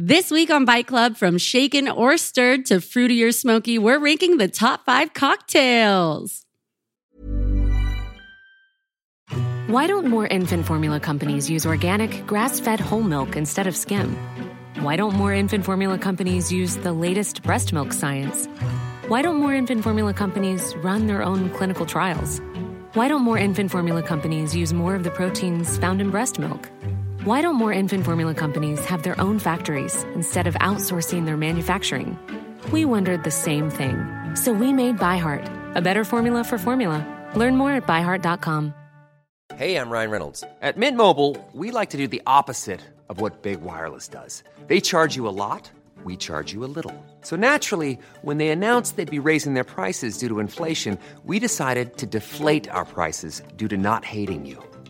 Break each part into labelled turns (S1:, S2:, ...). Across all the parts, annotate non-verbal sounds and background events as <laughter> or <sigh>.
S1: This week on Bike Club, from shaken or stirred to fruity or smoky, we're ranking the top five cocktails.
S2: Why don't more infant formula companies use organic, grass fed whole milk instead of skim? Why don't more infant formula companies use the latest breast milk science? Why don't more infant formula companies run their own clinical trials? Why don't more infant formula companies use more of the proteins found in breast milk? Why don't more infant formula companies have their own factories instead of outsourcing their manufacturing? We wondered the same thing. So we made ByHeart, a better formula for formula. Learn more at byheart.com.
S3: Hey, I'm Ryan Reynolds. At Mint Mobile, we like to do the opposite of what Big Wireless does. They charge you a lot, we charge you a little. So naturally, when they announced they'd be raising their prices due to inflation, we decided to deflate our prices due to not hating you.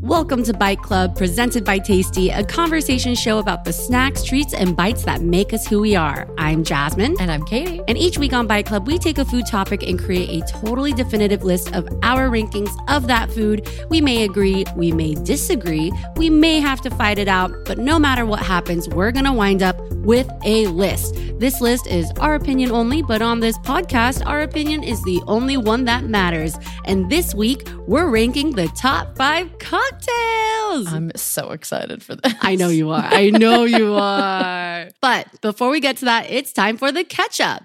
S1: Welcome to Bite Club, presented by Tasty, a conversation show about the snacks, treats, and bites that make us who we are. I'm Jasmine.
S4: And I'm Katie.
S1: And each week on Bite Club, we take a food topic and create a totally definitive list of our rankings of that food. We may agree, we may disagree, we may have to fight it out, but no matter what happens, we're going to wind up with a list. This list is our opinion only, but on this podcast, our opinion is the only one that matters. And this week, we're ranking the top five cocktails.
S4: I'm so excited for this.
S1: I know you are. I know you are. <laughs> But before we get to that, it's time for the catch up.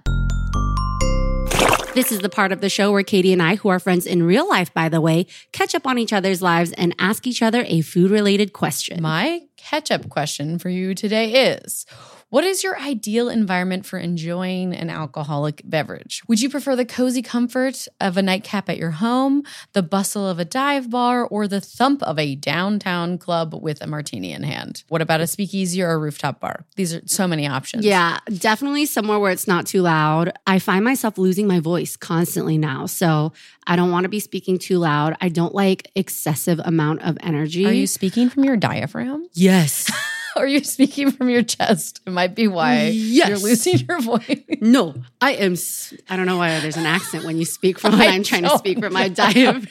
S1: This is the part of the show where Katie and I, who are friends in real life, by the way, catch up on each other's lives and ask each other a food related question.
S4: <laughs> My catch up question for you today is What is your ideal environment for enjoying an alcoholic beverage? Would you prefer the cozy comfort of a nightcap at your home, the bustle of a dive bar, or the thump of a downtown club with a martini in hand? What about a speakeasy or a rooftop bar? These are so many options.
S1: Yeah, definitely somewhere where it's not too loud. I find myself losing my voice constantly now. So I don't want to be speaking too loud. I don't like excessive amount of energy.
S4: Are you speaking from your diaphragm? <laughs>
S1: Yes.
S4: Are you speaking from your chest? It might be why
S1: Yes.
S4: you're losing your voice.
S1: No, I am. s- I don't know why there's an accent when you speak from when
S4: I
S1: I'm trying to
S4: don't
S1: speak from my diaphragm.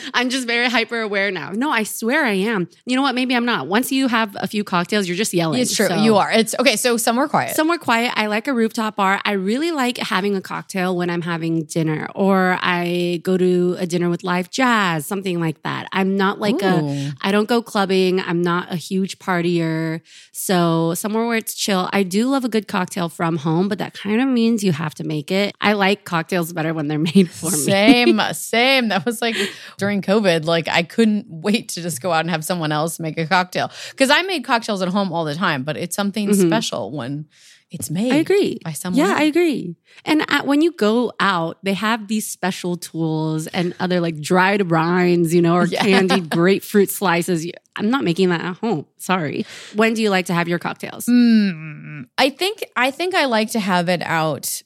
S1: <laughs> I'm just very hyper aware now. No, I swear I am. You know what? Maybe I'm not. Once you have a few cocktails, you're just yelling.
S4: It's true.
S1: So-
S4: You are. It's okay. So somewhere quiet.
S1: Somewhere quiet. I like a rooftop bar. I really like having a cocktail when I'm having dinner or I go to a dinner with live jazz, something like that. I'm not like a
S4: Ooh.
S1: I don't go clubbing. I'm not a huge partier. So somewhere where it's chill. I do love a good cocktail from home, but that kind of means you have to make it. I like cocktails better when they're made for me.
S4: same, same. That was like during COVID. Like I couldn't wait to just go out and have someone else make a cocktail because I made cocktails at home all the time. But it's something
S1: Mhm.
S4: special when it's made.
S1: I agree.
S4: by someone.
S1: Yeah, I agree. And at, when you go out, they have these special tools and other like dried brines, you know, or
S4: <laughs> Yeah.
S1: candied grapefruit slices. You- I'm not making that at home. Sorry. When do you like to have your cocktails?
S4: Mm, I think I think I like to have it out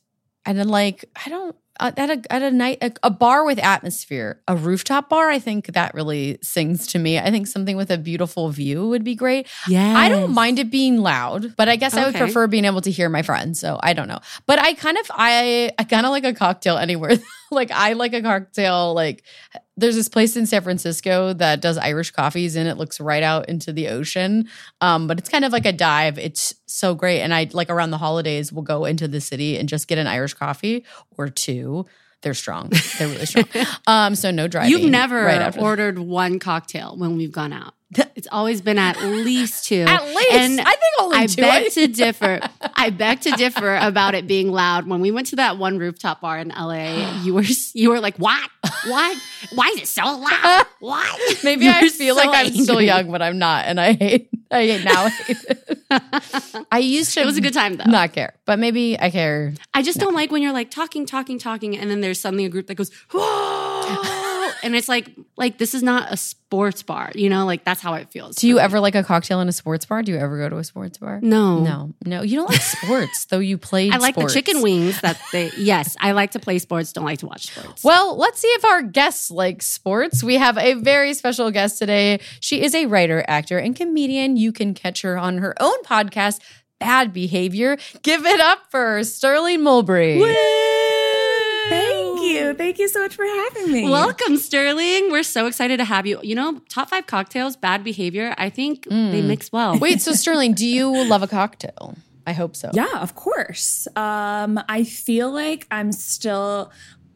S4: and then like I don't uh, at a at a night a, a bar with atmosphere, a rooftop bar. I think that really sings to me. I think something with a beautiful view would be great.
S1: Yeah,
S4: I don't mind it being loud, but I guess I would
S1: Okay.
S4: prefer being able to hear my friends. So I don't know. But I kind of I I kind of like a cocktail anywhere. <laughs> like I like a cocktail like there's this place in San Francisco that does Irish coffees and it looks right out into the ocean. Um but it's kind of like a dive. It's so great and I like around the holidays we'll go into the city and just get an Irish coffee or two. They're strong. <laughs> They're really strong. um so no driving.
S1: You've never
S4: right after
S1: ordered one cocktail when we've gone out. It's always been at least two.
S4: <laughs> At least.
S1: And
S4: I think only
S1: I
S4: two.
S1: beg to
S4: <laughs>
S1: differ. I beg to differ about it being loud. When we went to that one rooftop bar in
S4: <gasps>
S1: LA, you were you were like, "What? What? Why is it so loud? What?"
S4: <laughs> Maybe
S1: You
S4: I
S1: were
S4: feel
S1: so
S4: like I'm still
S1: angry.
S4: young, but I'm not, and I hate. I
S1: <laughs>
S4: hate now. <laughs> I hate it. I used to.
S1: It was a good time though.
S4: Not care, but maybe I care.
S1: I just don't like when you're like talking, talking, talking, and then there's suddenly a group that goes,
S4: <laughs>
S1: "Whoa!" and it's like, like this is not a sports bar, you know? Like that's how it feels.
S4: Do you ever like a cocktail in a sports bar? Do you ever go to a sports bar?
S1: No.
S4: no, no. You
S1: <laughs>
S4: don't like sports, though. You played.
S1: I like
S4: sports.
S1: the chicken wings that they. Yes, I like to play sports. Don't like to watch sports.
S4: Well, let's see if our guests like sports. We have a very special guest today. She is a writer, actor, and comedian. You can catch her on her own podcast, Bad Behavior. Give it up for Sterling Mulberry.
S5: Thank you. Thank you so much for having me.
S1: Welcome, Sterling. We're so excited to have you. You know, top five cocktails, bad behavior. I think they mix well. <laughs>
S4: Wait, so Sterling, do you love a cocktail? I hope so.
S5: yeah, of course. Um, I feel like I'm still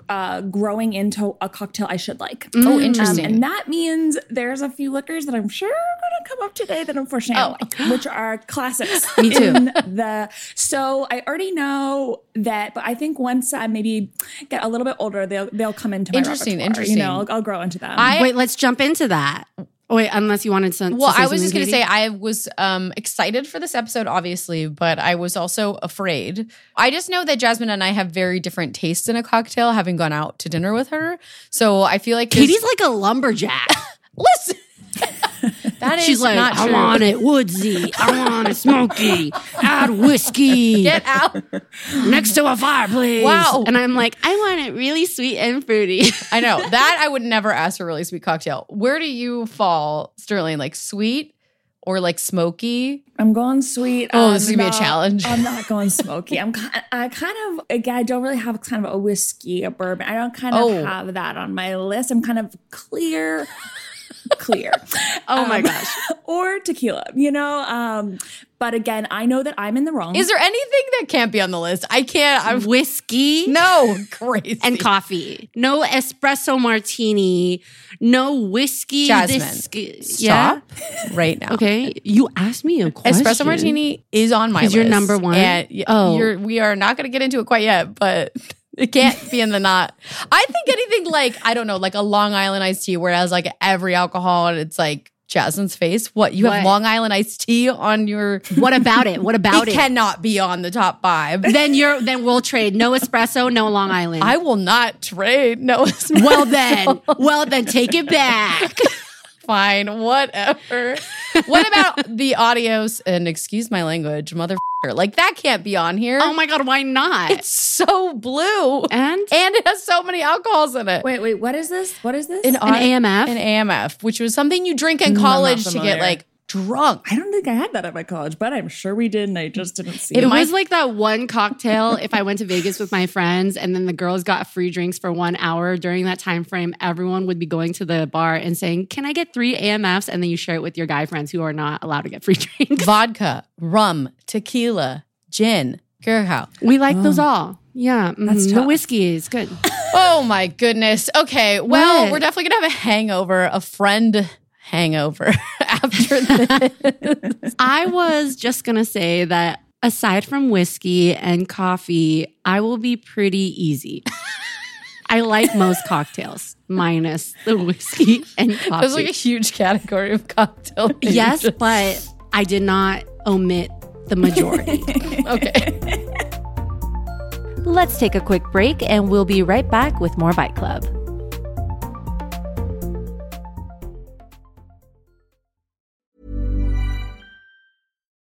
S5: uh, growing into a cocktail I should like.
S4: Oh,
S5: Um,
S4: interesting.
S5: and that means there's a few liquors that I'm sure are going to come up today that unfortunately, I don't like, which are classics.
S4: Oh. <gasps> Me too.
S5: in the so I already know that, but I think once I maybe get a little bit older, they'll they'll come into my
S4: Interesting,
S5: repertoire,
S4: interesting.
S5: You know, I'll, I'll grow into them.
S4: I-
S1: Wait, let's jump into that. Wait, unless you wanted some.
S4: Well,
S1: to say
S4: I was just
S1: something,
S4: going to
S1: Katie?
S4: say I was um, excited for this episode, obviously, but I was also afraid. I just know that Jasmine and I have very different tastes in a cocktail, having gone out to dinner with her. So I feel like this-
S1: Katie's like a <laughs> lumberjack.
S4: listen. that is
S1: She's like,
S4: not
S1: I
S4: true.
S1: want it woodsy. I want it smoky. Add whiskey
S4: Get out!
S1: next to a fireplace.
S4: Wow.
S1: And I'm like, I want it really sweet and <laughs> fruity.
S4: I know that I would never ask for a really sweet cocktail. Where do you fall, Sterling? Like sweet or like smoky?
S5: I'm going sweet.
S4: Oh,
S5: I'm
S4: this is gonna be a
S5: not-
S4: challenge. <laughs>
S5: I'm not going smoky. I'm ki- I kind of again. I don't really have kind of a whiskey, a bourbon. I don't kind of
S4: Oh.
S5: have that on my list. I'm kind of clear,
S4: <laughs>
S5: clear,
S1: Oh my gosh.
S5: or tequila. You know. Um, but again, I know that I'm in the wrong.
S4: Is there anything that can't be on the list? I can't.
S1: <laughs>
S4: I'm
S1: Whiskey.
S4: no crazy
S1: and coffee. No espresso martini. No whiskey.
S4: Jasmine,
S1: This,
S4: Stop
S1: <laughs>
S4: right now.
S1: Okay. You asked me a question.
S4: Espresso martini is on my list.
S1: 'Cause you're number one?
S4: And y-
S1: Oh.
S4: you're, we are not going to get into it quite yet, but <laughs> it can't be in the not. I think anything like I don't know, like a Long Island iced tea, where it has like every alcohol and it's like Jasmine's face. What you have
S1: What?
S4: Long Island iced tea on your?
S1: <laughs> What about it? What about
S4: it
S1: it?
S4: cannot be on the top five.
S1: then you're then we'll trade. No espresso, no Long Island.
S4: I will not trade. No,
S1: <laughs>
S4: it's <laughs>
S1: well then. Well then take it <laughs> back.
S4: fine, whatever.
S1: <laughs>
S4: what about the audios and excuse my language, motherfucker? Like that can't be on here.
S1: oh my god, why not?
S4: It's so blue.
S1: and
S4: and it has so many alcohols in it.
S5: Wait, wait. What is this? What is this?
S1: an AMF.
S4: An AMF, which was something you drink in college to get
S5: familiar.
S4: like drunk.
S5: I don't think I had that at my college, but I'm sure we did, and I just didn't see
S1: It
S5: it.
S1: was like that one cocktail if I went to Vegas with my friends and then the girls got free drinks for one hour during that time frame, everyone would be going to the bar and saying, Can I get three AMFs? And then you share it with your guy friends who are not allowed to get free <laughs> drinks.
S4: Vodka, rum, tequila, gin, curacao.
S1: We like those all. Yeah. mhm. The whiskey is good.
S4: Oh my goodness. Okay. Well,
S1: What?
S4: we're definitely gonna have a hangover, a friend hangover <laughs> after this.
S1: I was just gonna say that aside from whiskey and coffee, I will be pretty easy. I like most cocktails, minus the whiskey and coffee.
S4: There's like a huge category of cocktail. that you
S1: Yes,
S4: just-
S1: but I did not omit the majority.
S4: <laughs> Okay.
S6: <laughs> Let's take a quick break and we'll be right back with more Bite Club.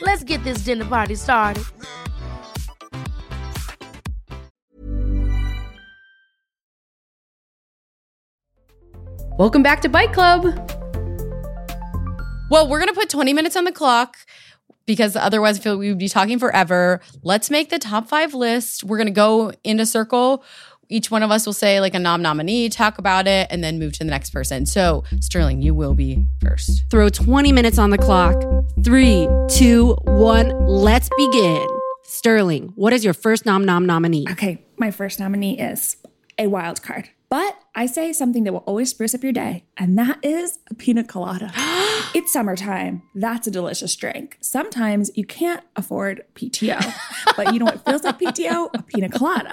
S7: Let's get this dinner party started.
S4: Welcome back to Bike Club. Well, we're going to put 20 minutes on the clock because otherwise I feel we would be talking forever. Let's make the top five list. We're going to go in a circle. Each one of us will say like a nom nominee, talk about it, and then move to the next person. So, Sterling, you will be first.
S1: Throw 20 minutes on the clock. Three, two, one. Let's begin. Sterling, what is your first nom nom nominee?
S5: Okay, my first nominee is a wild card, but I say something that will always spruce up your day, and that is a pina colada. it's summertime. That's a delicious drink. Sometimes you can't afford PTO, but you know what feels like PTO? A pina colada.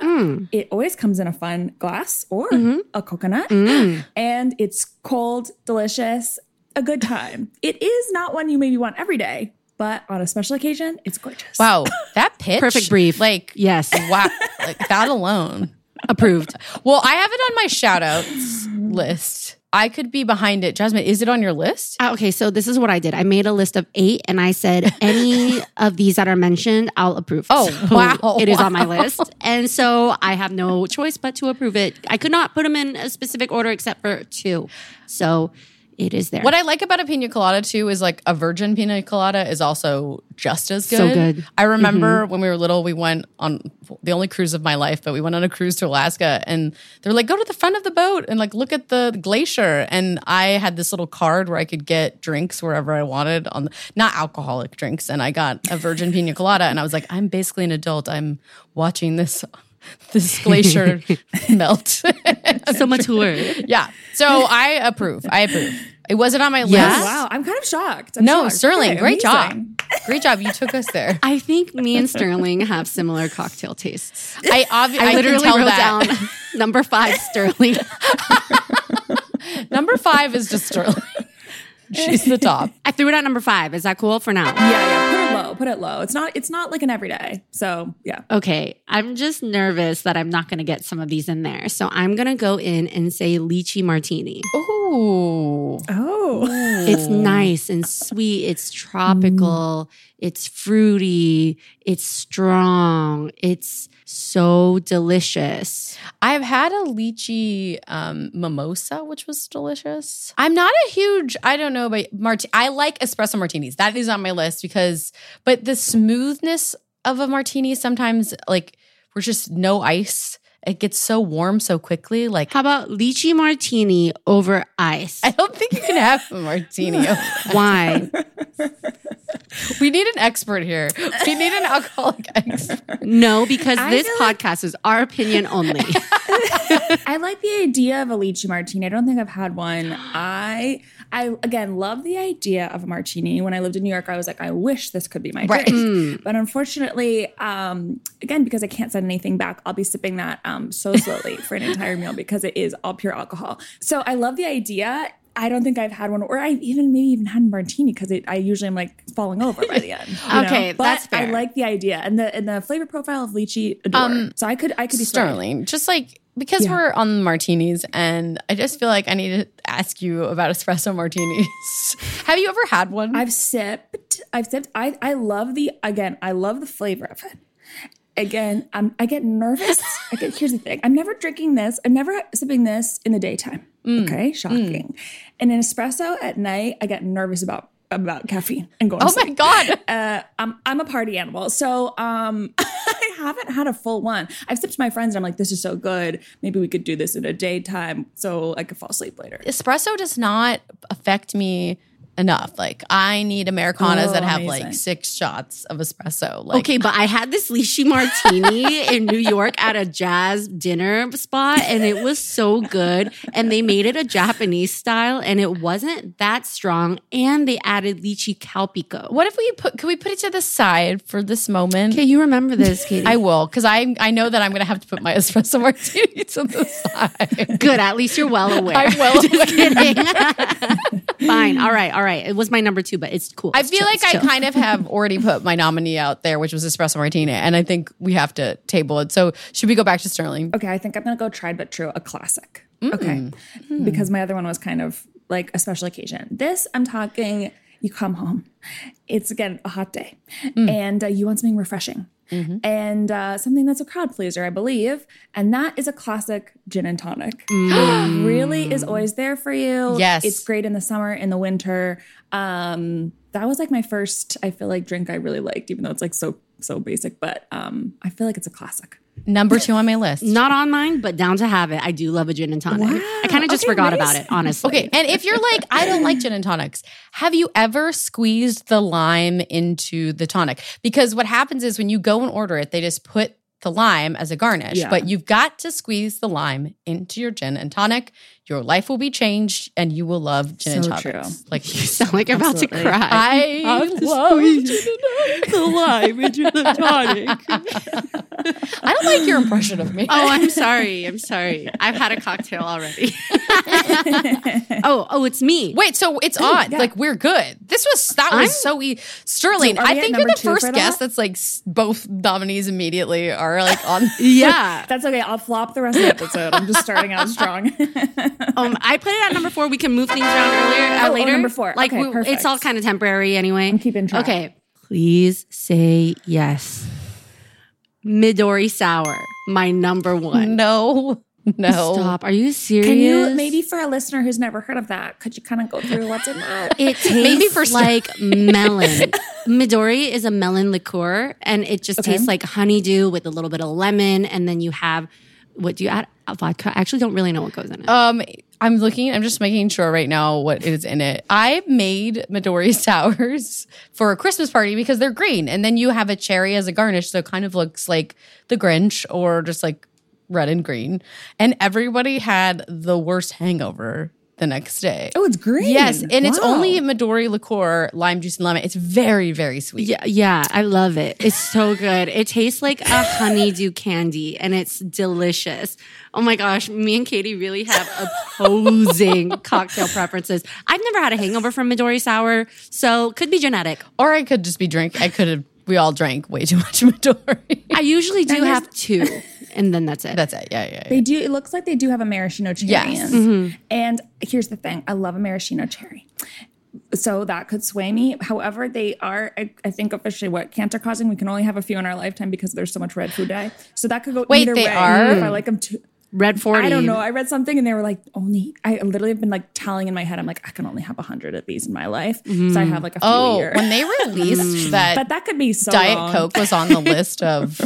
S5: It always comes in a fun glass or a coconut, and it's cold, delicious, a good time. it is not one you maybe want every day, but on a special occasion, it's gorgeous.
S1: <laughs>
S4: Wow, that pitch.
S1: Perfect brief.
S4: Like,
S1: Yes.
S4: wow, like that alone.
S1: Approved.
S4: Well, I have it on my shout outs list. I could be behind it. Jasmine, is it on your list?
S1: Uh, Okay, so this is what I did. I made a list of eight, and I <laughs> said any of these that are mentioned, I'll approve.
S4: Oh,
S1: So
S4: wow,
S1: It is on <laughs> my
S4: wow.
S1: list, and so I have no choice but to approve it. I could not put them in a specific order except for two, so it is there.
S4: What I like about a pina colada too is like a virgin pina colada is also just as good.
S1: So good. Mm-hmm.
S4: I remember when we were little, we went on the only cruise of my life, but we went on a cruise to Alaska and they were like, go to the front of the boat and like look at the glacier. And I had this little card where I could get drinks wherever I wanted on the, not alcoholic drinks. And I got a virgin pina colada and I was like, I'm basically an adult. I'm watching this. This
S1: <laughs>
S4: glacier melt. <laughs>
S1: so mature.
S4: Yeah. So I approve. I approve. It wasn't on my list.
S1: Yeah.
S5: Wow, I'm kind of shocked. I'm
S4: No,
S5: shocked.
S4: Sterling,
S5: Okay,
S4: great
S5: amazing. <laughs>
S4: job. Great job. You took us there.
S1: I think me and Sterling have similar cocktail tastes.
S4: I obviously
S1: I, literally
S4: can tell
S1: wrote
S4: that.
S1: <laughs> down number five Sterling.
S4: <laughs> Number five is just Sterling. She's the top.
S1: I threw it at number five. Is that cool for now?
S5: Yeah, yeah. Put it low. Put it low. It's not. It's not like an everyday. So yeah.
S1: Okay, I'm just nervous that I'm not going to get some of these in there, so I'm going to go in and say lychee martini.
S4: Ooh.
S5: Oh,
S1: It's nice and sweet. It's
S5: Mm.
S1: tropical. It's fruity. It's strong. It's so delicious.
S4: I've had a lychee um, mimosa, which was delicious. I'm not a huge, I don't know, but mart- I like espresso martinis. That is on my list because, but the smoothness of a martini sometimes, like, we're just no ice. It gets so warm so quickly. Like,
S1: How about lychee martini over ice?
S4: I don't think you can have a martini.
S1: Why?
S4: <laughs> we need an expert here. We need an alcoholic <laughs> expert.
S1: No, because
S5: I
S1: this
S5: feel like-
S1: podcast is our opinion
S5: <laughs>
S1: only.
S5: I like the idea of a lychee martini. I don't think I've had one. I, I again love the idea of a martini. When I lived in New York, I was like, I wish this could be my
S4: Right. Mm.
S5: drink. but unfortunately, um, again because I can't send anything back, I'll be sipping that um, so slowly for an entire meal because it is all pure alcohol. So I love the idea. I don't think I've had one, or I've even maybe even had a martini because I usually am like falling over by the end. you know?
S4: <laughs> Okay,
S5: but
S4: that's
S5: I
S4: fair.
S5: like the idea and the and the flavor profile of lychee. Adore.
S4: Um,
S5: so I could I could be swayed.
S4: Sterling, just like because
S5: Yeah.
S4: we're on martinis, and I just feel like I need to ask you about espresso martinis. <laughs> Have you ever had one?
S5: I've sipped. I've sipped. I I love the again. I love the flavor of it. Again, I'm, I get nervous. I get, here's the thing: I'm never drinking this. I'm never sipping this in the daytime.
S4: Mm,
S5: Okay, shocking. And an espresso at night, I get nervous about about caffeine and going. to
S4: oh
S5: sleep
S4: my god!
S5: uh, I'm I'm a party animal, so um, <laughs> I haven't had a full one. I've sipped to my friends, and I'm like, this is so good. Maybe we could do this in a daytime, so I could fall asleep later.
S4: espresso does not affect me enough. Like I need americanos
S5: Oh,
S4: that have
S5: amazing.
S4: like six shots of espresso. Like
S1: okay, but I had this lychee martini in New York at a jazz dinner spot, and it was so good. And they made it a Japanese style, and it wasn't that strong. And they added lychee calpico.
S4: what if we put? Could we put it to the side for this moment?
S1: Okay, you remember this, Katie?
S4: I will, because I I know that I'm going to have to put my <laughs> espresso martini to the
S1: <laughs>
S4: side.
S1: good. At least you're well aware.
S4: I'm
S1: <laughs>
S4: well aware.
S1: kidding. Fine. All right. All right. It was my number two, but it's cool.
S4: I
S1: It's
S4: feel
S1: chill,
S4: like
S1: it's
S4: I
S1: chill.
S4: kind of have already put my nominee out there, which was espresso martini, and I think we have to table it. So should we go back to Sterling?
S5: Okay, I think I'm gonna go tried but true, a classic. Okay, because my other one was kind of like a special occasion. This I'm talking. You come home. It's again a hot day, and uh, you want something refreshing. And uh, something that's a crowd pleaser, I believe, and that is a classic gin and tonic. It really is always there for you.
S4: Yes.
S5: it's great in the summer, in the winter. Um, that was like my first, I feel like drink I really liked, even though it's like so so basic. But um, I feel like it's a classic.
S4: Number two on my list.
S1: Not on mine, but down to have it. I do love a gin and tonic. I kind of just
S5: Okay,
S1: forgot about <laughs>
S5: nice.
S1: it, honestly.
S4: Okay, and if you're like, I don't like gin and tonics, have you ever squeezed the lime into the tonic? Because what happens is when you go and order it, they just put the lime as a garnish,
S5: Yeah.
S4: but you've got to squeeze the lime into your gin and tonic. Your life will be changed, and you will love gin
S5: So
S4: and
S5: true.
S4: tonics. Like you
S1: You sound like you're about to
S5: Absolutely.
S1: cry.
S4: I
S1: Have to <laughs>
S4: love
S1: squeeze
S4: gin and tonic.
S1: the lime into the tonic.
S4: I don't like your impression of me.
S1: Oh, I'm sorry. I'm sorry. I've had a cocktail
S5: <laughs>
S1: already. oh, oh, it's me.
S4: <laughs> Wait, so it's odd.
S5: yeah.
S4: Like we're good. This was that was
S1: I'm-
S4: so easy. Sterling,
S5: So are we
S4: I
S5: at
S4: think you're
S5: number
S4: the
S5: two for
S4: first guest
S5: that?
S4: that's like s- both nominees immediately are like on. <laughs>
S1: Yeah.
S5: That's okay. I'll flop the rest <laughs> of the episode. I'm just starting out <laughs> strong.
S1: Um, I put it at number four. We can move things around earlier. Uh,
S5: Oh, oh,
S1: later.
S5: number four.
S1: Like
S5: Okay,
S1: we-
S5: perfect.
S1: it's all kind of temporary anyway.
S5: I'm keeping track.
S1: Okay. Please say yes. Midori sour, my number one.
S4: No, no.
S1: Stop. Are you serious?
S5: Can you maybe for a listener who's never heard of that, could you kind of go through what's in that?
S1: It tastes
S4: Maybe for sure.
S1: like melon. Midori is a melon liqueur, and it just tastes like honeydew with a little bit of lemon, and then you have what do you add? Vodka. I actually don't really know what goes in it.
S4: Um, I'm looking. I'm just making sure right now what is in it. I made Midori <laughs> sours for a Christmas party because they're green, and then you have a cherry as a garnish, so it kind of looks like the Grinch or just like red and green. And everybody had the worst hangover the next day.
S1: Oh,
S5: Oh, it's green.
S4: Yes, and it's
S5: Wow.
S4: only Midori liqueur, lime juice, and lemon. It's very, very sweet.
S1: yeah, yeah, I love it. It's so good. It tastes like a honeydew candy, and it's delicious. Oh my gosh, me and Katie really have opposing cocktail preferences. I've never had a hangover from Midori sour, so could be genetic.
S4: Or I could just be drink. I could have. We all drank way too much <laughs> Midori.
S1: I usually do have two, and then that's it.
S4: That's it. Yeah, yeah. yeah.
S5: They do. It looks like they do have a maraschino cherry.
S4: Yes. Mm-hmm.
S5: in. And here's the thing: I love a maraschino cherry, so that could sway me. However, they are, I, I think, officially what cancer causing. We can only have a few in our lifetime because there's so much red food dye. So that could go
S4: Wait,
S5: either
S4: they
S5: way.
S4: are? Hmm.
S5: If I like them too.
S1: Red 40.
S5: I don't know. I read something and they were like, only, I literally have been like telling in my head, I'm like, I can only have 100 of these in my life. So I have like a few a
S4: Oh,
S5: year.
S4: when
S1: <laughs>
S4: they
S1: Mm.
S4: released that,
S5: <laughs> but that could be so
S4: Diet
S5: wrong.
S4: Coke was on the list of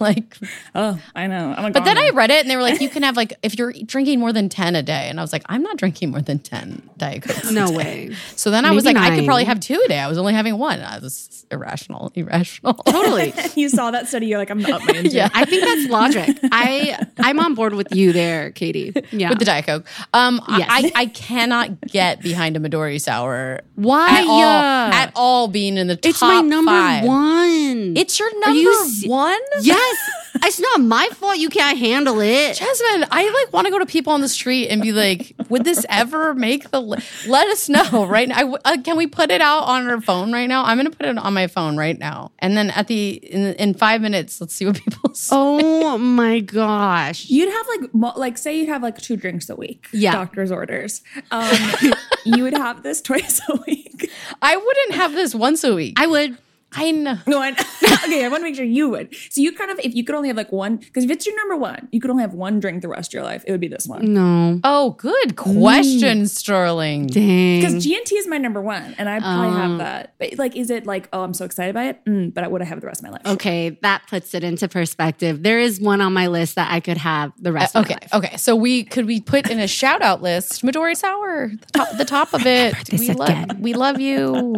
S4: like.
S5: Oh, I know. I'm a
S4: But then I
S1: Oh.
S5: <laughs> goner.
S4: read it and they were like, you can have like if you're drinking more than ten a day, and I was like, I'm not drinking more than ten Diet Cokes.
S1: No <laughs>
S4: a day.
S1: way.
S4: So then I was like,
S1: Maybe
S4: I could
S1: nine.
S4: probably have two a day. I was only having one. I was irrational, irrational.
S1: Totally.
S5: you saw that study, you're like, I'm
S4: <laughs>
S5: not my
S4: Yeah.
S5: yeah.
S1: I think that's <laughs> logic. I I'm on board with you there, Katie. Yeah.
S4: <laughs> With the Diet Coke, um, I-
S1: Yes.
S4: I, I cannot get behind a Midori sour.
S1: Why,
S4: at all?
S1: uh,
S4: At all being in the top
S1: it's my number
S4: five.
S1: one.
S4: It's your
S1: Are
S4: number
S1: you se-
S4: one.
S1: yes. It's not my fault you can't handle it.
S4: Jasmine, I like want to go to people on the street and be like, "Would this ever make the? Li-? Let us know right now. I w- uh, can we put it out on our phone right now? I'm going to put it on my phone right now, and then at the in, in five minutes, let's see what people
S1: <laughs>
S4: say.
S1: Oh my gosh.
S5: You'd have like mo- like say you'd have like two drinks a week.
S1: Yeah.
S5: Doctor's orders. Um, <laughs> you would have this <laughs> twice a week. <laughs>
S4: I wouldn't have this once a week.
S1: I would.
S4: I know.
S5: No, I, <laughs> okay, I want to make sure you would. So you kind of, if you could only have like one, because if it's your number one, you could only have one drink the rest of your life. It would be this one.
S1: No.
S4: Oh, good question,
S1: Mm.
S4: Sterling.
S5: Because
S1: Dang.
S5: GNT is my number one, and I probably have that. But like, is it like, oh, I'm so excited by it? Mm, but I would I have it the rest of my life?
S1: Okay, that puts it into perspective. There is one on my list that I could have the rest of
S4: Okay,
S1: my life.
S4: okay. So we could we put in a shout out list Midori Sour, the top, the top of it.
S1: this
S4: We love
S1: again.
S4: we
S1: <laughs>
S4: love you.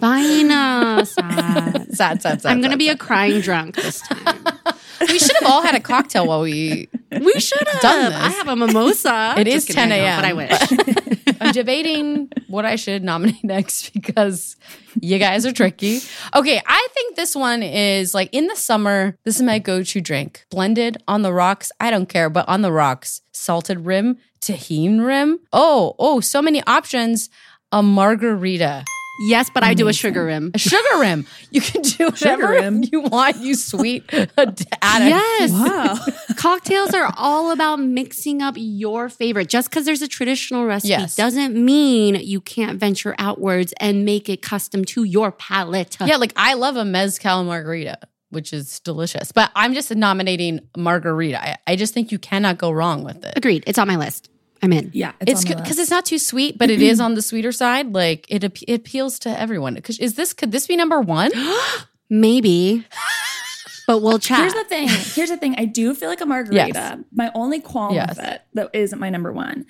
S1: Fine. <laughs> uh, sad.
S4: Sad, sad, sad.
S1: I'm going to
S4: sad,
S1: be a
S4: sad.
S1: crying drunk this time.
S4: We should have all had a cocktail while we.
S1: We should have
S4: Done
S1: I
S4: this.
S1: have a mimosa.
S4: <laughs> It
S1: Just
S4: is
S1: kidding,
S4: 10
S1: I don't,
S4: a.m..
S1: But I wish. <laughs>
S4: I'm debating what I should nominate <laughs> next because you guys are tricky. Okay, I think this one is like in the summer. This is my go-to drink: blended on the rocks. I don't care, but on the rocks, salted rim, tahine rim. Oh, oh, so many options. A margarita.
S1: <laughs> yes, but I do a sugar rim.
S4: A sugar rim. You can do whatever
S5: Sugar rim.
S4: you want,
S1: <laughs>
S4: you sweet addict.
S1: Yes.
S5: Wow.
S1: <laughs> Cocktails are all about mixing up your favorite. Just because there's a traditional recipe
S4: Yes.
S1: doesn't mean you can't venture outwards and make it custom to your palate.
S4: <laughs> Yeah, like I love a mezcal margarita, which is delicious. But I'm just nominating margarita. I, I just think you cannot go wrong with
S1: <laughs>
S4: it.
S1: Agreed. It's on my list. I'm in.
S5: Yeah,
S4: It's
S5: on my
S4: because
S5: list.
S4: it's not too sweet, but it is on the sweeter side. Like it, ap- it appeals to everyone. 'Cause Is this could this be number one?
S1: Maybe. but we'll chat.
S5: Here's the thing. Here's the thing. I do feel like a margarita.
S4: Yes.
S5: My only qualm
S4: Yes.
S5: with it, that isn't my number one,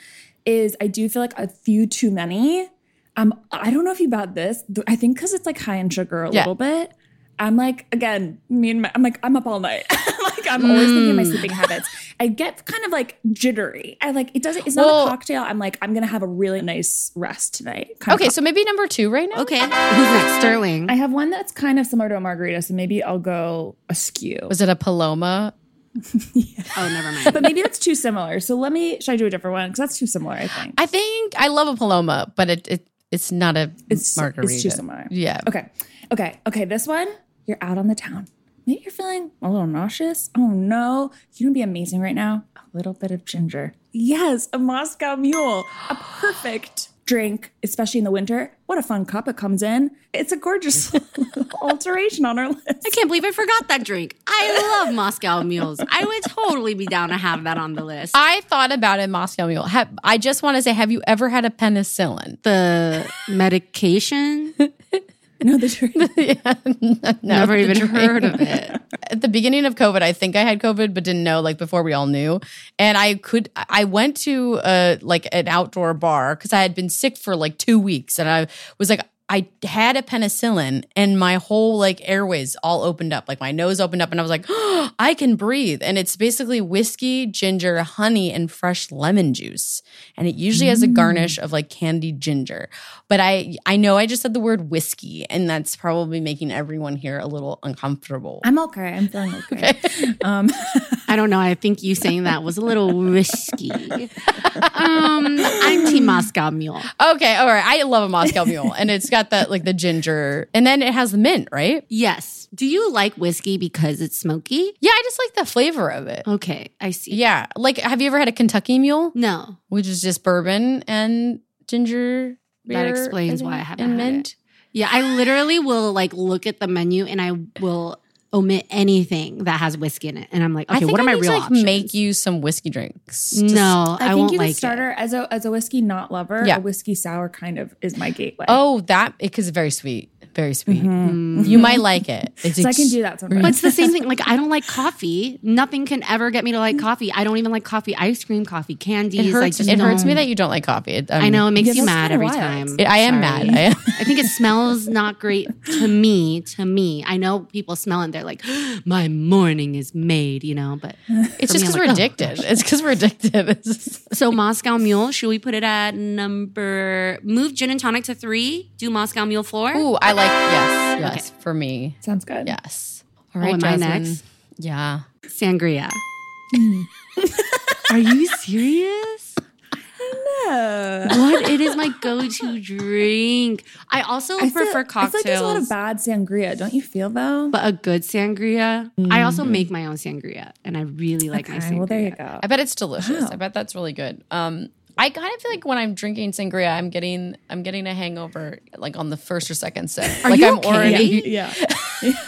S5: is I do feel like a few too many. Um, I don't know if you bought this. Th- I think because it's like high in sugar a
S4: Yeah.
S5: little bit. I'm like again, me and my, I'm like I'm up all night. <laughs> like I'm always thinking of
S4: Mm.
S5: my sleeping habits. I get kind of like jittery. I like it doesn't. It's not
S4: Well-
S5: a cocktail. I'm like I'm gonna have a really nice rest tonight. kind of
S4: Okay, so maybe number two right now.
S1: okay. Who's next? Sterling.
S5: I have one that's kind of similar to a margarita, so maybe I'll go askew.
S4: Was it a paloma?
S1: oh, never mind.
S5: But maybe that's too similar. So let me. Should I do a different one? Because that's too similar. I think.
S4: I think I love a paloma, but it, it it's not a
S5: it's
S4: margarita.
S5: It's too similar.
S4: Yeah.
S5: Okay. Okay. Okay. This one. You're out on the town. Maybe you're feeling a little nauseous. Oh no! You know, what'd be amazing right now. A little bit of ginger. Yes, a Moscow Mule. A perfect drink, especially in the winter. What a fun cup it comes in. It's a gorgeous <laughs> alteration on our list.
S1: I can't believe I forgot that drink. I love Moscow mules. I would totally be down to have that on the list.
S4: I thought about it, Moscow Mule. Have, I just want to say, have you ever had a penicillin?
S1: the medication?
S5: No, the drink.
S4: <laughs> yeah, no,
S1: Never
S4: the
S1: even
S4: drink.
S1: heard of it.
S4: <laughs> At the beginning of COVID, I think I had COVID, but didn't know. Like before, we all knew, and I could. I went to uh like an outdoor bar because I had been sick for like two weeks, and I was like. I had a penicillin and my whole like airways all opened up. Like my nose opened up and I was like, <gasps> I can breathe. And it's basically whiskey, ginger, honey, and fresh lemon juice. And it usually
S1: Mm.
S4: has a garnish of like candied ginger. But I I know I just said the word whiskey, and that's probably making everyone here a little uncomfortable.
S5: I'm okay. I'm feeling okay. Um,
S1: I don't know. I think you saying that was a little <laughs> risky. Um, I'm Team Moscow Mule.
S4: okay, all right. I love a
S1: <laughs>
S4: Moscow mule. And it's got that like the ginger. And then it has the mint, right?
S1: Yes. Do you like whiskey because it's smoky?
S4: Yeah, I just like the flavor of it.
S1: Okay, I see.
S4: Yeah. Like have you ever had a Kentucky mule?
S1: No,
S4: Which is just bourbon and ginger.
S1: that
S4: beer,
S1: explains
S4: I
S1: why I
S4: think,
S1: haven't
S4: and
S1: had
S4: mint.
S1: it. Yeah, I literally will like look at the menu and I will omit anything that has whiskey in it, and I'm like, okay,
S4: I think
S1: what
S4: I
S1: are my
S4: need
S1: real
S4: to, like,
S1: options?
S4: Make you some whiskey drinks. Just-
S1: no, I,
S5: I, think
S1: won't
S5: you
S1: like
S5: could start
S1: it.
S5: her as a as a whiskey not lover.
S4: Yeah.
S5: A whiskey sour kind of is my gateway.
S4: Oh, that because it's very sweet, very sweet.
S1: Mm-hmm.
S4: You might
S1: <laughs>
S4: like it. It's
S5: so I can
S4: ex-
S5: do that sometimes.
S1: But it's
S4: <laughs>
S1: the same thing. Like I don't like coffee. Nothing can ever get me to like coffee. I don't even like coffee. Ice cream, coffee, candies.
S4: Mm. It hurts.
S1: like, just
S4: it hurts me
S1: don't.
S4: that you don't like coffee. It, um,
S1: I know it makes
S5: Yeah,
S1: you mad
S5: that's kinda
S1: every
S5: wild.
S1: time.
S4: It, I am
S1: Sorry.
S4: mad.
S1: <laughs>
S4: I am.
S1: I think it smells not great to me. To me, I know people smell it. They're like, <gasps> "My morning is made," you know.
S5: <laughs>
S1: But
S4: It's
S1: for me,
S4: just
S1: I'm
S4: because
S1: like,
S4: we're
S1: "Oh,
S4: addicted. It's because we're addicted. <laughs> It's just-
S1: So Moscow Mule, should we put it at number? Move gin and tonic to three. Do Moscow Mule four.
S4: Ooh, I like yes, yes for me.
S5: Sounds good.
S4: Yes. All
S1: am I
S4: Jasmine.
S1: next?
S4: Yeah.
S1: Sangria.
S5: Hmm.
S1: <laughs> Are you serious?
S5: No.
S1: What? It is my go-to drink. I also prefer
S5: I feel
S1: cocktails.
S5: like there's a lot of bad sangria, don't you feel though?
S1: but a good sangria. I also make my own sangria, and I really like my
S5: Mm. okay,
S1: sangria.
S5: well, there you go.
S4: I
S5: <laughs>
S4: bet it's delicious. I bet that's really good. Um, I kind of feel like when I'm drinking sangria, I'm getting I'm getting a hangover like on the first or second sip.
S1: Are
S4: like
S1: you
S4: I'm
S1: okay?
S4: already
S5: <laughs> Yeah.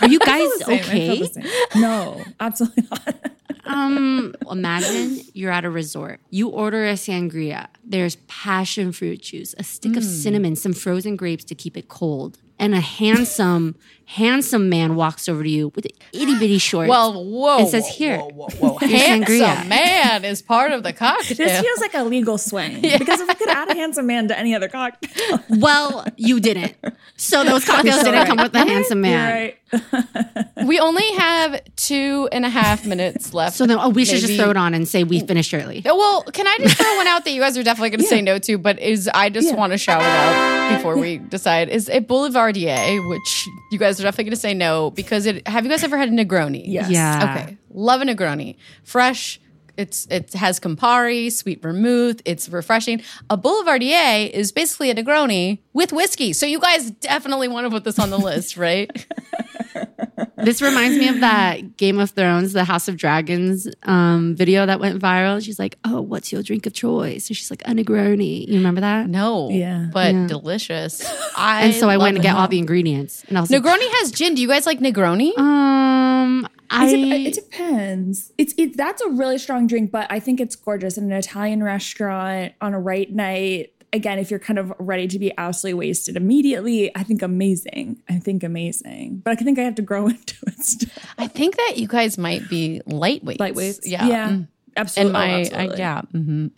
S1: Are you
S5: <laughs> I
S1: guys
S5: feel the same. I feel
S1: okay?
S5: the same. No, absolutely not.
S1: Um, imagine you're at a resort. You order a sangria. There's passion fruit juice, a stick
S5: Hmm.
S1: of cinnamon, some frozen grapes to keep it cold, and a handsome, <laughs> handsome man walks over to you with itty bitty shorts.
S4: well. Whoa!
S1: It says
S4: whoa,
S1: here.
S4: Whoa! Whoa! whoa.
S1: Your
S4: Handsome
S1: sangria.
S4: man is part of the
S5: This
S4: cocktail.
S5: feels like a legal <laughs> swing because if we could add a handsome man to any other cocktail,
S1: well, you didn't.
S5: <laughs>
S1: So those cocktails
S5: so
S1: didn't
S5: right.
S1: come with
S5: <laughs>
S1: the handsome man.
S5: you're right.
S4: we only have two and a half minutes left.
S1: So then, oh, we should just
S4: Maybe-
S1: throw it on and say we finished early.
S4: Well, can I just throw one out that you guys are definitely going to say no to, but is I just want to shout it out before we decide is a Boulevardier, which you guys are definitely going to say no because it. Have you guys ever had a Negroni?
S5: Yes.
S1: Yeah.
S4: Okay. Uh, Love a Negroni. Fresh. It's it has Campari, sweet vermouth. It's refreshing. A Boulevardier is basically a Negroni with whiskey. So you guys definitely want to put this on the list, <laughs> right?
S1: This reminds me of that Game of Thrones, the House of Dragons um, video that went viral. She's like, "Oh, what's your drink of choice?" And she's like, "A Negroni." You remember that?
S4: No.
S5: Yeah.
S4: But delicious.
S1: <laughs>
S4: I
S1: And so I went
S4: love
S1: to get
S4: it.
S1: all the ingredients, and I was
S4: Negroni has gin. Do you guys like Negroni?
S1: like, "Um, I."
S5: It dep- it depends. It's it, that's a really strong drink, but I think it's gorgeous in an Italian restaurant on a right night. Again, if you're kind of ready to be absolutely wasted immediately, I think amazing. I think amazing. But I think I have to grow <laughs> into it. Still.
S4: I think that you guys might be lightweights.
S5: Lightweights.
S4: Yeah.
S5: yeah,
S4: Mm.
S5: absolutely.
S4: And
S5: Oh,
S4: my, I,
S5: absolutely.
S4: yeah. hmm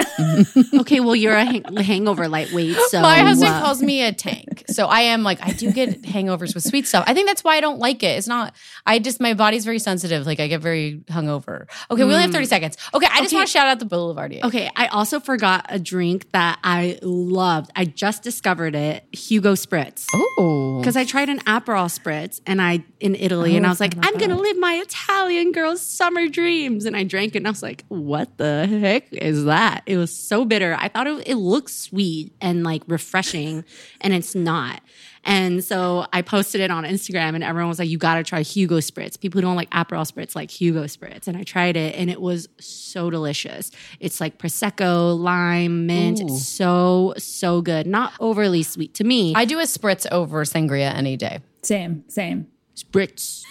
S1: <laughs> okay, well, you're a hang- hangover lightweight, so
S4: my husband
S1: uh,
S4: calls me a tank. So I am like, I do get hangovers with sweet stuff. I think that's why I don't like it. It's not, I just, my body's very sensitive. Like I get very hungover. Okay. We only have 30 seconds. Okay. I just
S1: Okay.
S4: want to shout out the Boulevardier.
S1: Okay, I also forgot a drink that I loved. I just discovered it, Hugo Spritz.
S4: Oh.
S1: Because I tried an Aperol spritz and I in Italy, and I was like, I'm gonna live my Italian girl's summer dreams. And I drank it, and I was like, What the heck is that? It was so bitter. I thought it, it looked sweet and like refreshing, and it's not. And so I posted it on Instagram, and everyone was like, You gotta try Hugo spritz. People who don't like Aperol spritz like Hugo spritz. And I tried it, and it was so delicious. It's like prosecco, lime, mint. It's so so good. Not overly sweet to me.
S4: I do a spritz over sangria any day.
S5: Same, same.
S1: spritz.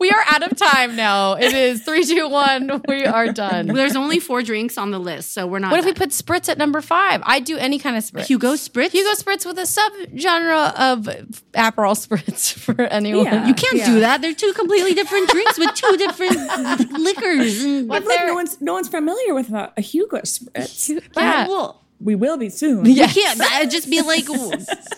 S4: We are out of time now. It is three, two, one. We are done.
S1: There's only four drinks on the list, so we're not.
S4: <laughs> What if we
S1: done.
S4: put spritz at number five? I do any kind of spritz.
S1: Hugo Spritz?
S4: Hugo Spritz with a subgenre of Aperol Spritz <laughs> for anyone.
S5: Yeah.
S1: You can't do that. They're two completely different drinks with two different liquors. And
S5: I feel like no one's no one's familiar with a, a Hugo spritz.
S4: Yeah.
S1: well,
S5: We will be soon.
S4: Yes.
S1: yeah, that'd just be
S4: <laughs>
S1: like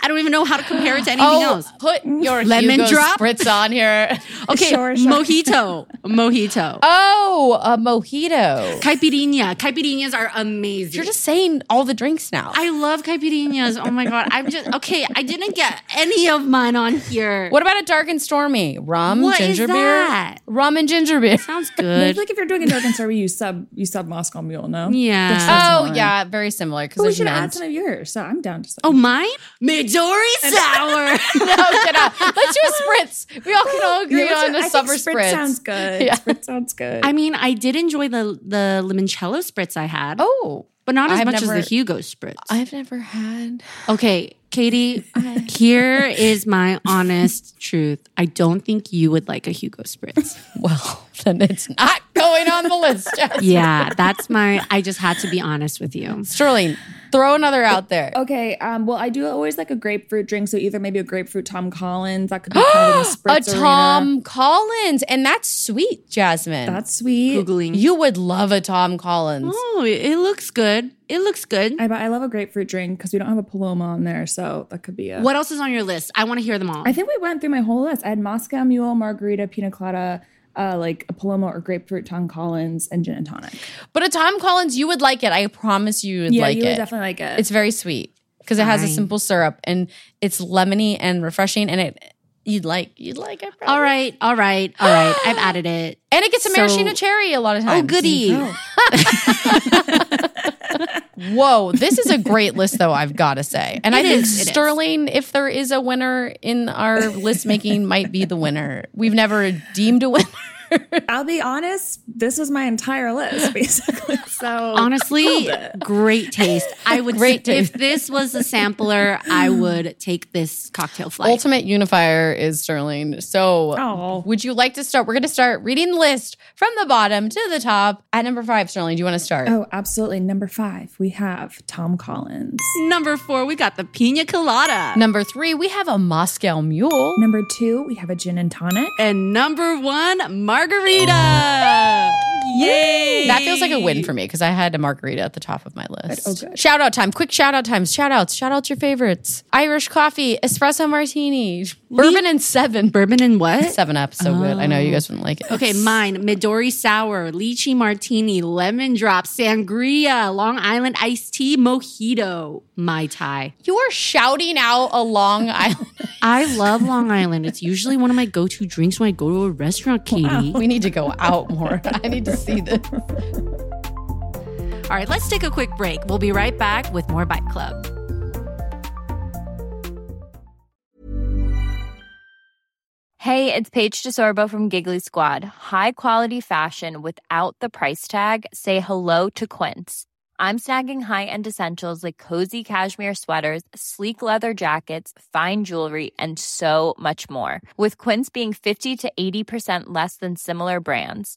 S1: I don't even know how to compare it to anything
S4: Oh,
S1: else.
S4: put your
S1: Lemon
S4: Hugo
S1: drop?
S4: Spritz on here.
S1: Okay,
S5: Sure, sure.
S1: mojito, mojito,
S4: Oh, a mojito.
S1: caipirinha. Caipirinhas are amazing.
S4: You're just saying all the drinks now.
S1: I love caipirinhas. Oh my god, I'm just okay. I didn't get any of mine on here.
S4: what about a dark and stormy? Rum,
S1: What is
S4: ginger
S1: that?
S4: beer? Rum and ginger beer. <laughs>
S1: sounds
S5: I
S1: good?
S5: feel like if you're doing a dark and sour, you sub you sub Moscow Mule. No,
S1: Yeah.
S5: That's so
S4: Oh,
S5: similar.
S4: yeah, very similar. Because
S5: But we should add some of yours. So I'm down to. Some.
S1: Oh, mine
S4: <laughs>
S1: Midori sour.
S4: no, get out. Let's do a spritz. We all can all agree
S5: <laughs> Yeah,
S4: on
S5: I
S4: a
S5: think
S4: summer
S5: spritz
S4: spritz. <laughs>
S5: Sounds good.
S4: Yeah.
S5: Spritz sounds good.
S1: I mean, I did enjoy the the limoncello spritz I had.
S4: Oh,
S1: but not as
S4: I've
S1: much
S4: never-
S1: as the Hugo spritz.
S4: I've never had. <laughs>
S1: okay, Katie, here is my honest truth. I don't think you would like a Hugo <laughs> spritz.
S4: Well, <laughs> then it's not going on the list.
S5: <laughs>
S4: Jess.
S1: yeah, that's my. I just had to be honest with you.
S4: Sterling, throw another out there.
S5: okay. Um. Well, I do always like a grapefruit drink. So either maybe a grapefruit Tom Collins. That
S4: <gasps>
S5: could be kind of in a
S4: A
S5: spritz. arena.
S4: Tom Collins, and that's sweet, Jasmine.
S5: That's sweet.
S1: Googling.
S4: you would love a Tom Collins.
S1: oh, it it looks good. It looks good.
S5: I, but I love a grapefruit drink because we don't have a Paloma on there, so that could be a.
S1: What else is on your list? I want to hear them all.
S5: I think we went through my whole list. I had Moscow Mule, Margarita, Pina Colada, uh, like a Paloma or grapefruit Tom Collins, and gin and tonic.
S4: But a Tom Collins, you would like it. I promise you would
S5: yeah,
S4: like
S5: you would
S4: it.
S5: definitely like it.
S4: it's very sweet because it has a simple syrup and it's lemony and refreshing, and it. You'd like, you'd like it.
S1: All right, all right, all right. <gasps> I've added it.
S4: And it gets a
S1: So-
S4: maraschino cherry a lot of times.
S1: Oh, goody.
S4: Whoa,
S1: <laughs>
S4: this is a great list, though, I've got to say. And I
S1: It
S4: think
S1: is, it is.
S4: Sterling, if there is a winner in our list making, might be the winner. We've never deemed a winner.
S5: I'll be honest, this was my entire list, <laughs> basically.
S4: <laughs>
S5: So
S1: Oh, Honestly, great taste. <laughs> I would
S4: Great
S1: If this was a sampler, <sighs> I would take this cocktail flight.
S4: Ultimate unifier is Sterling. So,
S5: Oh.
S4: would you like to start? We're going to start reading the list from the bottom to the top. At number five, Sterling, do you want to start?
S5: Oh, absolutely. Number five, we have Tom Collins.
S1: Number four, we got the pina colada.
S4: Number three, we have a Moscow mule.
S5: Number two, we have a gin and tonic.
S1: and number one, margarita. Yay!
S4: That feels like a win for me because I had a margarita at the top of my list.
S5: Good, oh, good.
S4: Shout out time. Quick shout out times. Shout outs. Shout out your favorites. Irish coffee, espresso martini, bourbon and seven.
S1: Bourbon and what? Oh.
S4: Seven up. So good. I know you guys wouldn't like it.
S1: Okay, mine Midori sour, lychee martini, lemon drop, sangria, Long Island iced tea, mojito, mai tai.
S4: You are shouting out a
S1: <laughs>
S4: Long Island.
S1: I love Long Island. It's usually one of my go-to drinks when I go to a restaurant, Katie.
S4: we need to go out more. <laughs> I need to see this.
S1: All right, let's take a quick break. We'll be right back with more Bite Club.
S8: Hey, it's Paige DeSorbo from Giggly Squad. High quality fashion without the price tag. Say hello to Quince. I'm snagging high-end essentials like cozy cashmere sweaters, sleek leather jackets, fine jewelry, and so much more. With Quince being 50 to 80% less than similar brands.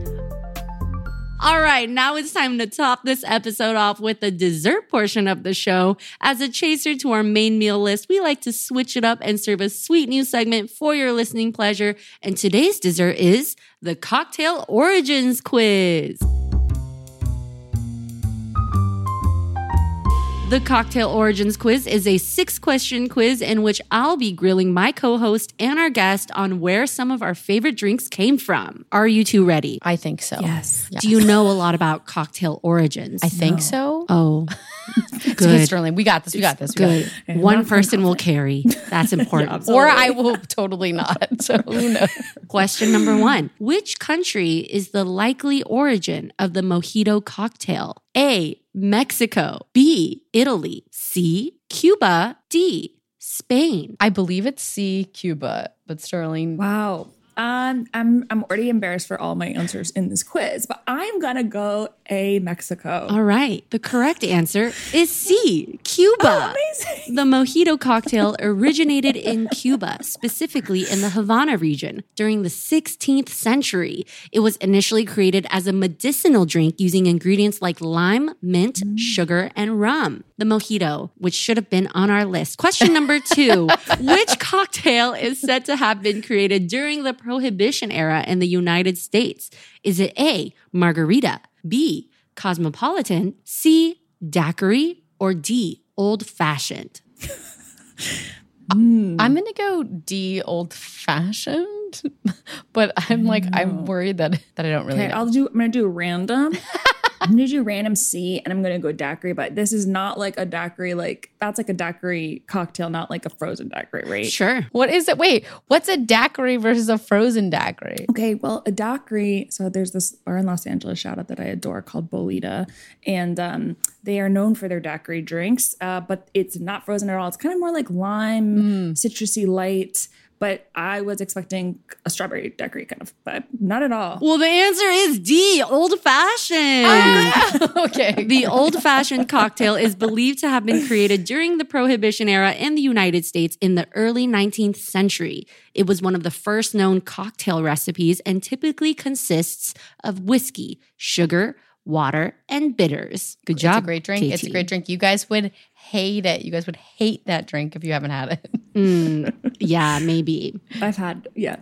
S1: All right, now it's time to top this episode off with the dessert portion of the show. As a chaser to our main meal list, we like to switch it up and serve a sweet new segment for your listening pleasure. And today's dessert is the cocktail origins quiz. The Cocktail Origins Quiz is a six question quiz in which I'll be grilling my co host and our guest on where some of our favorite drinks came from. Are you two ready?
S4: I think so.
S5: Yes.
S4: Yeah.
S1: Do you know a lot about cocktail origins?
S4: I think so.
S1: Oh,
S4: It's okay,
S1: good.
S4: Sterling. We got this. We got this. We got
S1: Good.
S4: <laughs> this.
S1: One person will carry.
S9: <laughs>
S1: That's important.
S4: Or I will totally not. <laughs> So who knows?
S1: Question number one Which country is the likely origin of the mojito cocktail? A. Mexico. B. Italy. C. Cuba. D. Spain.
S4: I believe it's C, Cuba, but Sterling.
S5: Wow. Um, I'm I'm already embarrassed for all my answers in this quiz, but I'm gonna go a Mexico.
S1: All right. The correct answer is C, Cuba. amazing. The mojito cocktail originated in Cuba, specifically in the Havana region during the 16th century. It was initially created as a medicinal drink using ingredients like lime, mint, sugar, and rum. The mojito, which should have been on our list. Question number two Which cocktail is said to have been created during the Prohibition era in the United States? Is it A, margarita? B, cosmopolitan, C, daiquiri, or D, old fashioned?
S4: I'm gonna go D old fashioned, <laughs> but I'm like I'm worried that that I don't really.
S5: Okay,
S4: know.
S5: I'll do. I'm gonna do <laughs> random. I'm gonna do random C, and I'm gonna go daiquiri. But this is not like a daiquiri. Like that's like a daiquiri cocktail, not like a frozen daiquiri, right?
S1: Sure.
S4: What is it? Wait, what's a daiquiri versus a frozen daiquiri? <laughs>
S5: Okay, well, a daiquiri. So there's this bar in Los Angeles, shout out that I adore, called Bolita, and um, they are known for their daiquiri drinks. Uh, but it's not frozen at all. It's kind of more like lime, citrusy light. But I was expecting a strawberry daiquiri kind of, but not at all.
S1: Well, the answer is D, old fashioned.
S4: Ah! <laughs> okay.
S1: The old fashioned cocktail is believed to have been created during the Prohibition era in the United States in the early 19th century. It was one of the first known cocktail recipes and typically consists of whiskey, sugar, water, and bitters. Good
S4: It's
S1: job.
S4: a great drink. It's a
S1: KT.
S4: great drink. You guys would hate it. You guys would hate that drink if you haven't had it. <laughs>
S1: Mm, yeah, maybe.
S5: I've had, yeah.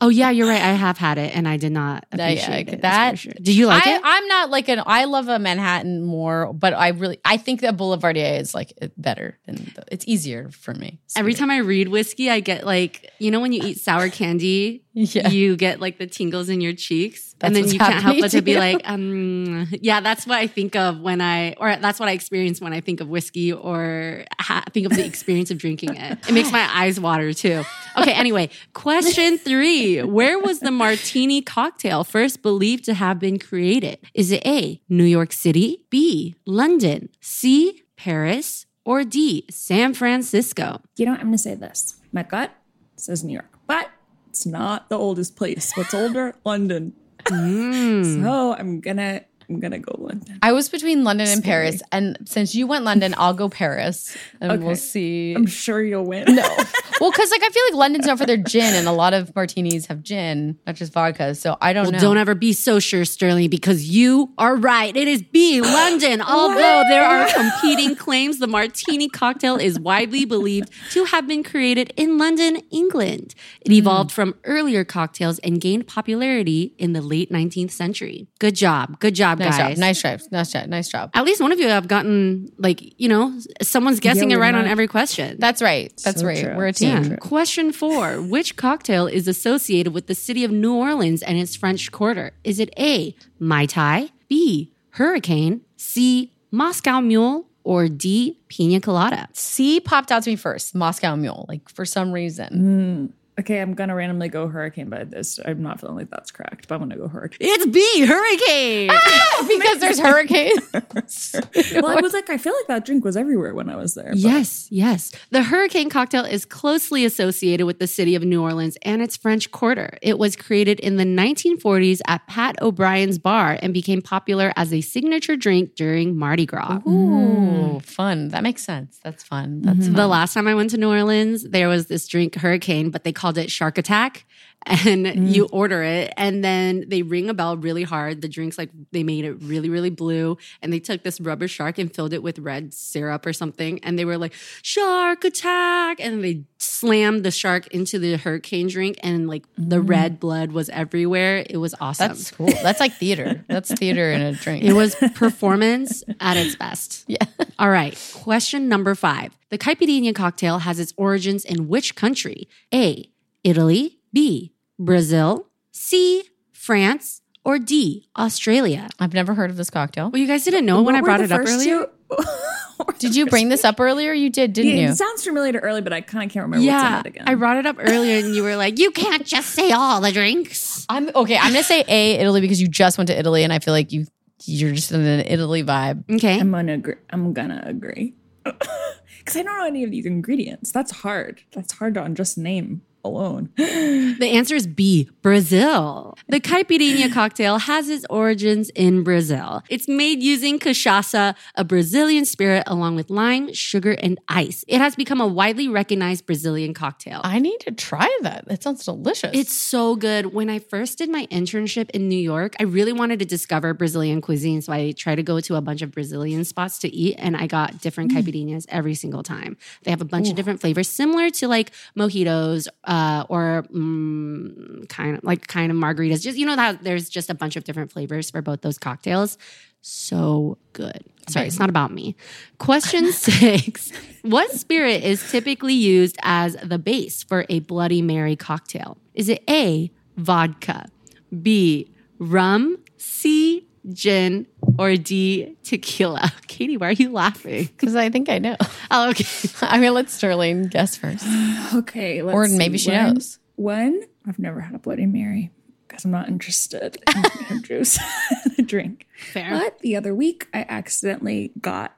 S1: Oh, yeah, you're right. I have had it and I did not
S4: Yeah,
S1: appreciate
S4: yeah,
S1: it. that's for
S4: that.
S1: sure. Did you like
S4: I,
S1: it?
S4: I'm not like an. I love a Manhattan more, but I really I think that Boulevardier is like it- better than the, it's easier for me.
S1: Every time I read whiskey, I get like, you know, when you eat sour candy,
S4: <laughs> Yeah.
S1: you get like the tingles in your cheeks.
S4: That's
S1: and then
S4: what's
S1: you can't help
S4: happening
S1: but to
S4: to
S1: be
S4: you.
S1: like, um, yeah, that's what I think of when I, or that's what I experience when I think of whiskey or ha- think of the experience of drinking it. It makes
S4: <laughs>
S1: my eyes water too. Okay, anyway, question three Where was the martini cocktail first believed to have been created? Is it A, New York City, B, London, C, Paris, or D, San Francisco?
S5: You know, what? I'm going to say this. My gut says New York, but it's not the oldest place. What's older? <laughs> London. So I'm going to, I'm going to go London.
S4: I was between London and
S5: Scary.
S4: Paris, and since you went London, I'll go Paris, and
S5: Okay.
S1: <laughs>
S4: we'll see.
S5: I'm sure you'll win.
S4: No,
S5: <laughs>
S4: well, because like I feel like London's known for their gin, and a lot of martinis have gin, not just vodka. So I don't
S1: Well,
S4: know.
S1: don't ever be so sure, Sterling, because you are right. It is
S4: <gasps>
S1: B, London. Although there are competing claims, the martini cocktail is widely believed to have been created in London, England. It
S4: Hmm.
S1: evolved from earlier cocktails and gained popularity in the late 19th century. Good job. Good job,
S4: nice
S1: guys.
S4: job, nice job, nice job, nice job.
S1: At least one of you have gotten, like, you know, someone's guessing
S5: Yeah,
S1: it
S5: we're
S1: right on
S5: not-
S1: every question.
S4: That's right. That's
S5: So
S4: right.
S5: true.
S4: We're a
S5: So
S4: team.
S5: true.
S1: Question four Which cocktail is associated with the city of New Orleans and its French Quarter? Is it A, Mai Tai, B, Hurricane, C, Moscow Mule, or D, Pina Colada?
S4: C popped out to me first. Moscow Mule, like for some
S1: Mm.
S4: <laughs> reason.
S5: Okay, I'm gonna randomly go hurricane, but this I'm not feeling like that's correct. But I'm gonna go hurricane.
S1: It's B, Hurricane.
S4: Oh, because there's hurricanes.
S5: <laughs> well, I was like, I feel like that drink was everywhere when I was there.
S1: <laughs>
S5: but-
S1: Yes, yes. The Hurricane cocktail is closely associated with the city of New Orleans and its French Quarter. It was created in the 1940s at Pat O'Brien's bar and became popular as a signature drink during Mardi Gras.
S4: Ooh, fun. That makes sense. That's fun. That's
S1: Mm-hmm. The last time I went to New Orleans, there was this drink, Hurricane, but they called it Shark Attack. <laughs> And
S4: Mm.
S1: you order it, and then they ring a bell really hard. The drink's like they made it really, really blue. And they took this rubber shark and filled it with red syrup or something. And they were like, Shark Attack. And they slammed the shark into the hurricane drink, and like the red blood was everywhere. It was awesome.
S4: Mm-hmm. that's cool. That's like theater. That's theater in a
S1: <laughs>
S4: drink.
S1: It was performance at its
S5: <laughs>
S1: best.
S4: Yeah.
S1: All right. Question number five. The caipirinha cocktail has its origins in which country? A. Italy. B. Brazil. C. France. Or D. Australia.
S4: I've never heard of this cocktail.
S1: Well, you guys didn't know when
S5: What
S1: I
S5: were
S1: brought
S5: the
S1: it up
S5: first <laughs>
S1: earlier.
S5: two-
S1: <laughs>
S4: Did you bring this up earlier? You did, didn't
S5: Yeah,
S4: you?
S5: It sounds familiar to early, but I kind of can't remember
S1: Yeah,
S5: what's in it again.
S1: I brought it up earlier, and you were like, "You can't just say all the drinks."
S4: I'm okay. I'm gonna say A Italy because you just went to Italy and I feel like you you're just in an Italy vibe.
S1: Okay,
S5: I'm gonna agree. I'm gonna <laughs> agree because I don't know any of these ingredients. That's hard. That's hard on just name alone.
S1: The answer is B, Brazil. The caipirinha cocktail has its origins in Brazil. It's made using cachaça, a Brazilian spirit, along with lime, sugar, and ice. It has become a widely recognized Brazilian cocktail.
S4: I need to try that. That sounds delicious.
S1: It's so good. When I first did my internship in New York, I really wanted to discover Brazilian cuisine. So I tried to go to a bunch of Brazilian spots to eat, and I got different caipirinhas every single time. They have a bunch of different flavors, similar to like mojitos uh, or mm, kind of like kind of margaritas. Just you know how there's just a bunch of different flavors for both those cocktails. So good. Sorry, it's not about me. Question <laughs> six What spirit is typically used as the base for a Bloody Mary cocktail? Is it A, vodka, B, rum, C, gin, or D, tequila? <laughs> Katie, why are you laughing? <laughs>
S4: because I think I know. <laughs>
S1: Oh, okay.
S4: I'm gonna let Sterling guess first.
S5: Okay, let's
S4: Or
S5: see.
S4: maybe she
S5: One-
S4: knows.
S5: One, I've never had a Bloody Mary because I'm not interested
S4: <laughs>
S5: in juice <laughs> and a drink.
S1: Fair.
S5: But the other week, I accidentally got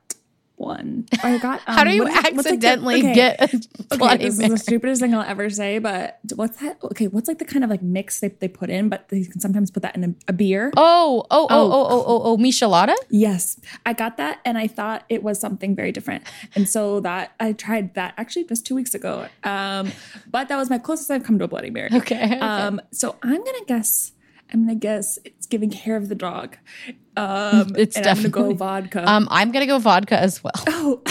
S5: one. Or I got.
S4: <laughs>
S5: um,
S4: How do you
S5: what is it- what's, like, the-
S4: accidentally <laughs>
S5: okay.
S4: get a
S5: <laughs> Okay,
S4: Bloody
S5: this is
S4: Mary?
S5: the stupidest thing I'll ever say, but what's that? Okay, what's like the kind of like mix they, they put in, but they can sometimes put that in a, a beer?
S4: Oh, oh, oh, oh, oh, oh, oh, Michelada?
S5: Yes, I got that, and I thought it was something very different, and so that I tried that actually just two weeks ago. Um, but that was my closest I've come to a Bloody Mary.
S4: <laughs> Okay, okay.
S5: Um, so I'm gonna guess. I'm gonna guess it's giving hair of the dog. Um,
S4: It's
S5: and I'm gonna
S4: definitely-
S5: go vodka.
S4: Um, I'm gonna go vodka as well.
S5: oh,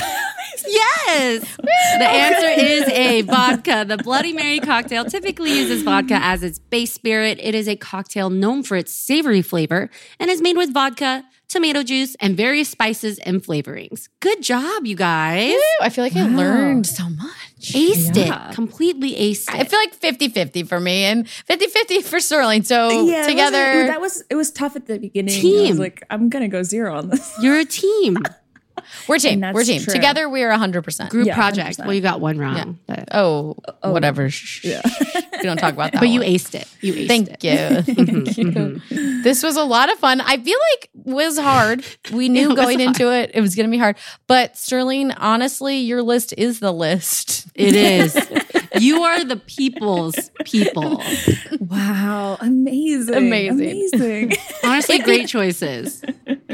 S1: Yes. The answer is a vodka. The Bloody Mary cocktail typically uses vodka as its base spirit. It is a cocktail known for its savory flavor and is made with vodka, tomato juice, and various spices and flavorings. Good job, you guys.
S4: Woo, <laughs> I feel like I learned so much.
S1: Aced
S5: Yeah.
S1: it. Completely aced it.
S4: I feel like 50-50 for me and 50-50 for Sterling. So
S5: it wasn't-
S4: together
S5: that was it was tough at the beginning. I
S1: Team.
S5: was like, I'm gonna go zero on this.
S1: You're a team.
S4: we're team.
S5: that's
S4: We're team.
S5: true.
S4: Together we are 100%.
S1: Group
S5: Yeah,
S1: project.
S5: 100%.
S1: Well, you got one wrong. But,
S4: Oh, whatever. Shh, shh, shh. we don't talk about that.
S1: but you
S4: one.
S1: aced it. You aced
S4: Thank
S1: it.
S4: you. Thank you. This was a lot of fun. I feel like was hard. We knew going into it it was going to be hard. But Sterling, honestly, your list is the list.
S1: It is. you are the people's
S4: <laughs>
S1: people.
S5: Wow, <laughs> amazing,
S4: Amazing. <laughs>
S5: amazing.
S1: Honestly, great choices.
S4: <laughs>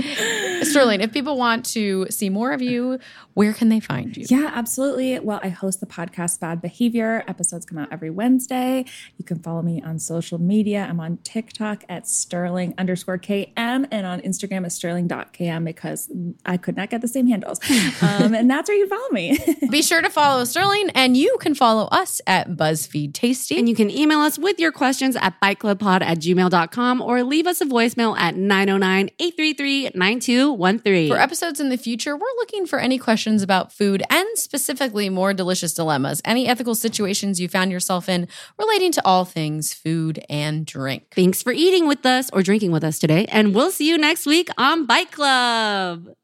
S4: Sterling, if people want to see more of you, where can they find you?
S5: Yeah, absolutely. Well, I host the podcast Bad Behavior. Episodes come out every Wednesday. You can follow me on social media. I'm on TikTok at Sterling underscore KM and on Instagram at Sterling.km because I could not get the same handles. Um, and that's where you follow me. <laughs>
S4: Be sure to follow Sterling, and you can follow us at BuzzFeed Tasty.
S1: And you can email us with your questions at bikeclubpod at gmail.com or leave us a voicemail at 909 833
S4: For
S1: 9213.
S4: episodes in the future, we're looking for any questions about food and specifically more delicious dilemmas, any ethical situations you found yourself in relating to all things food and drink.
S1: Thanks for eating with us or drinking with us today. And we'll see you next week on Bike Club.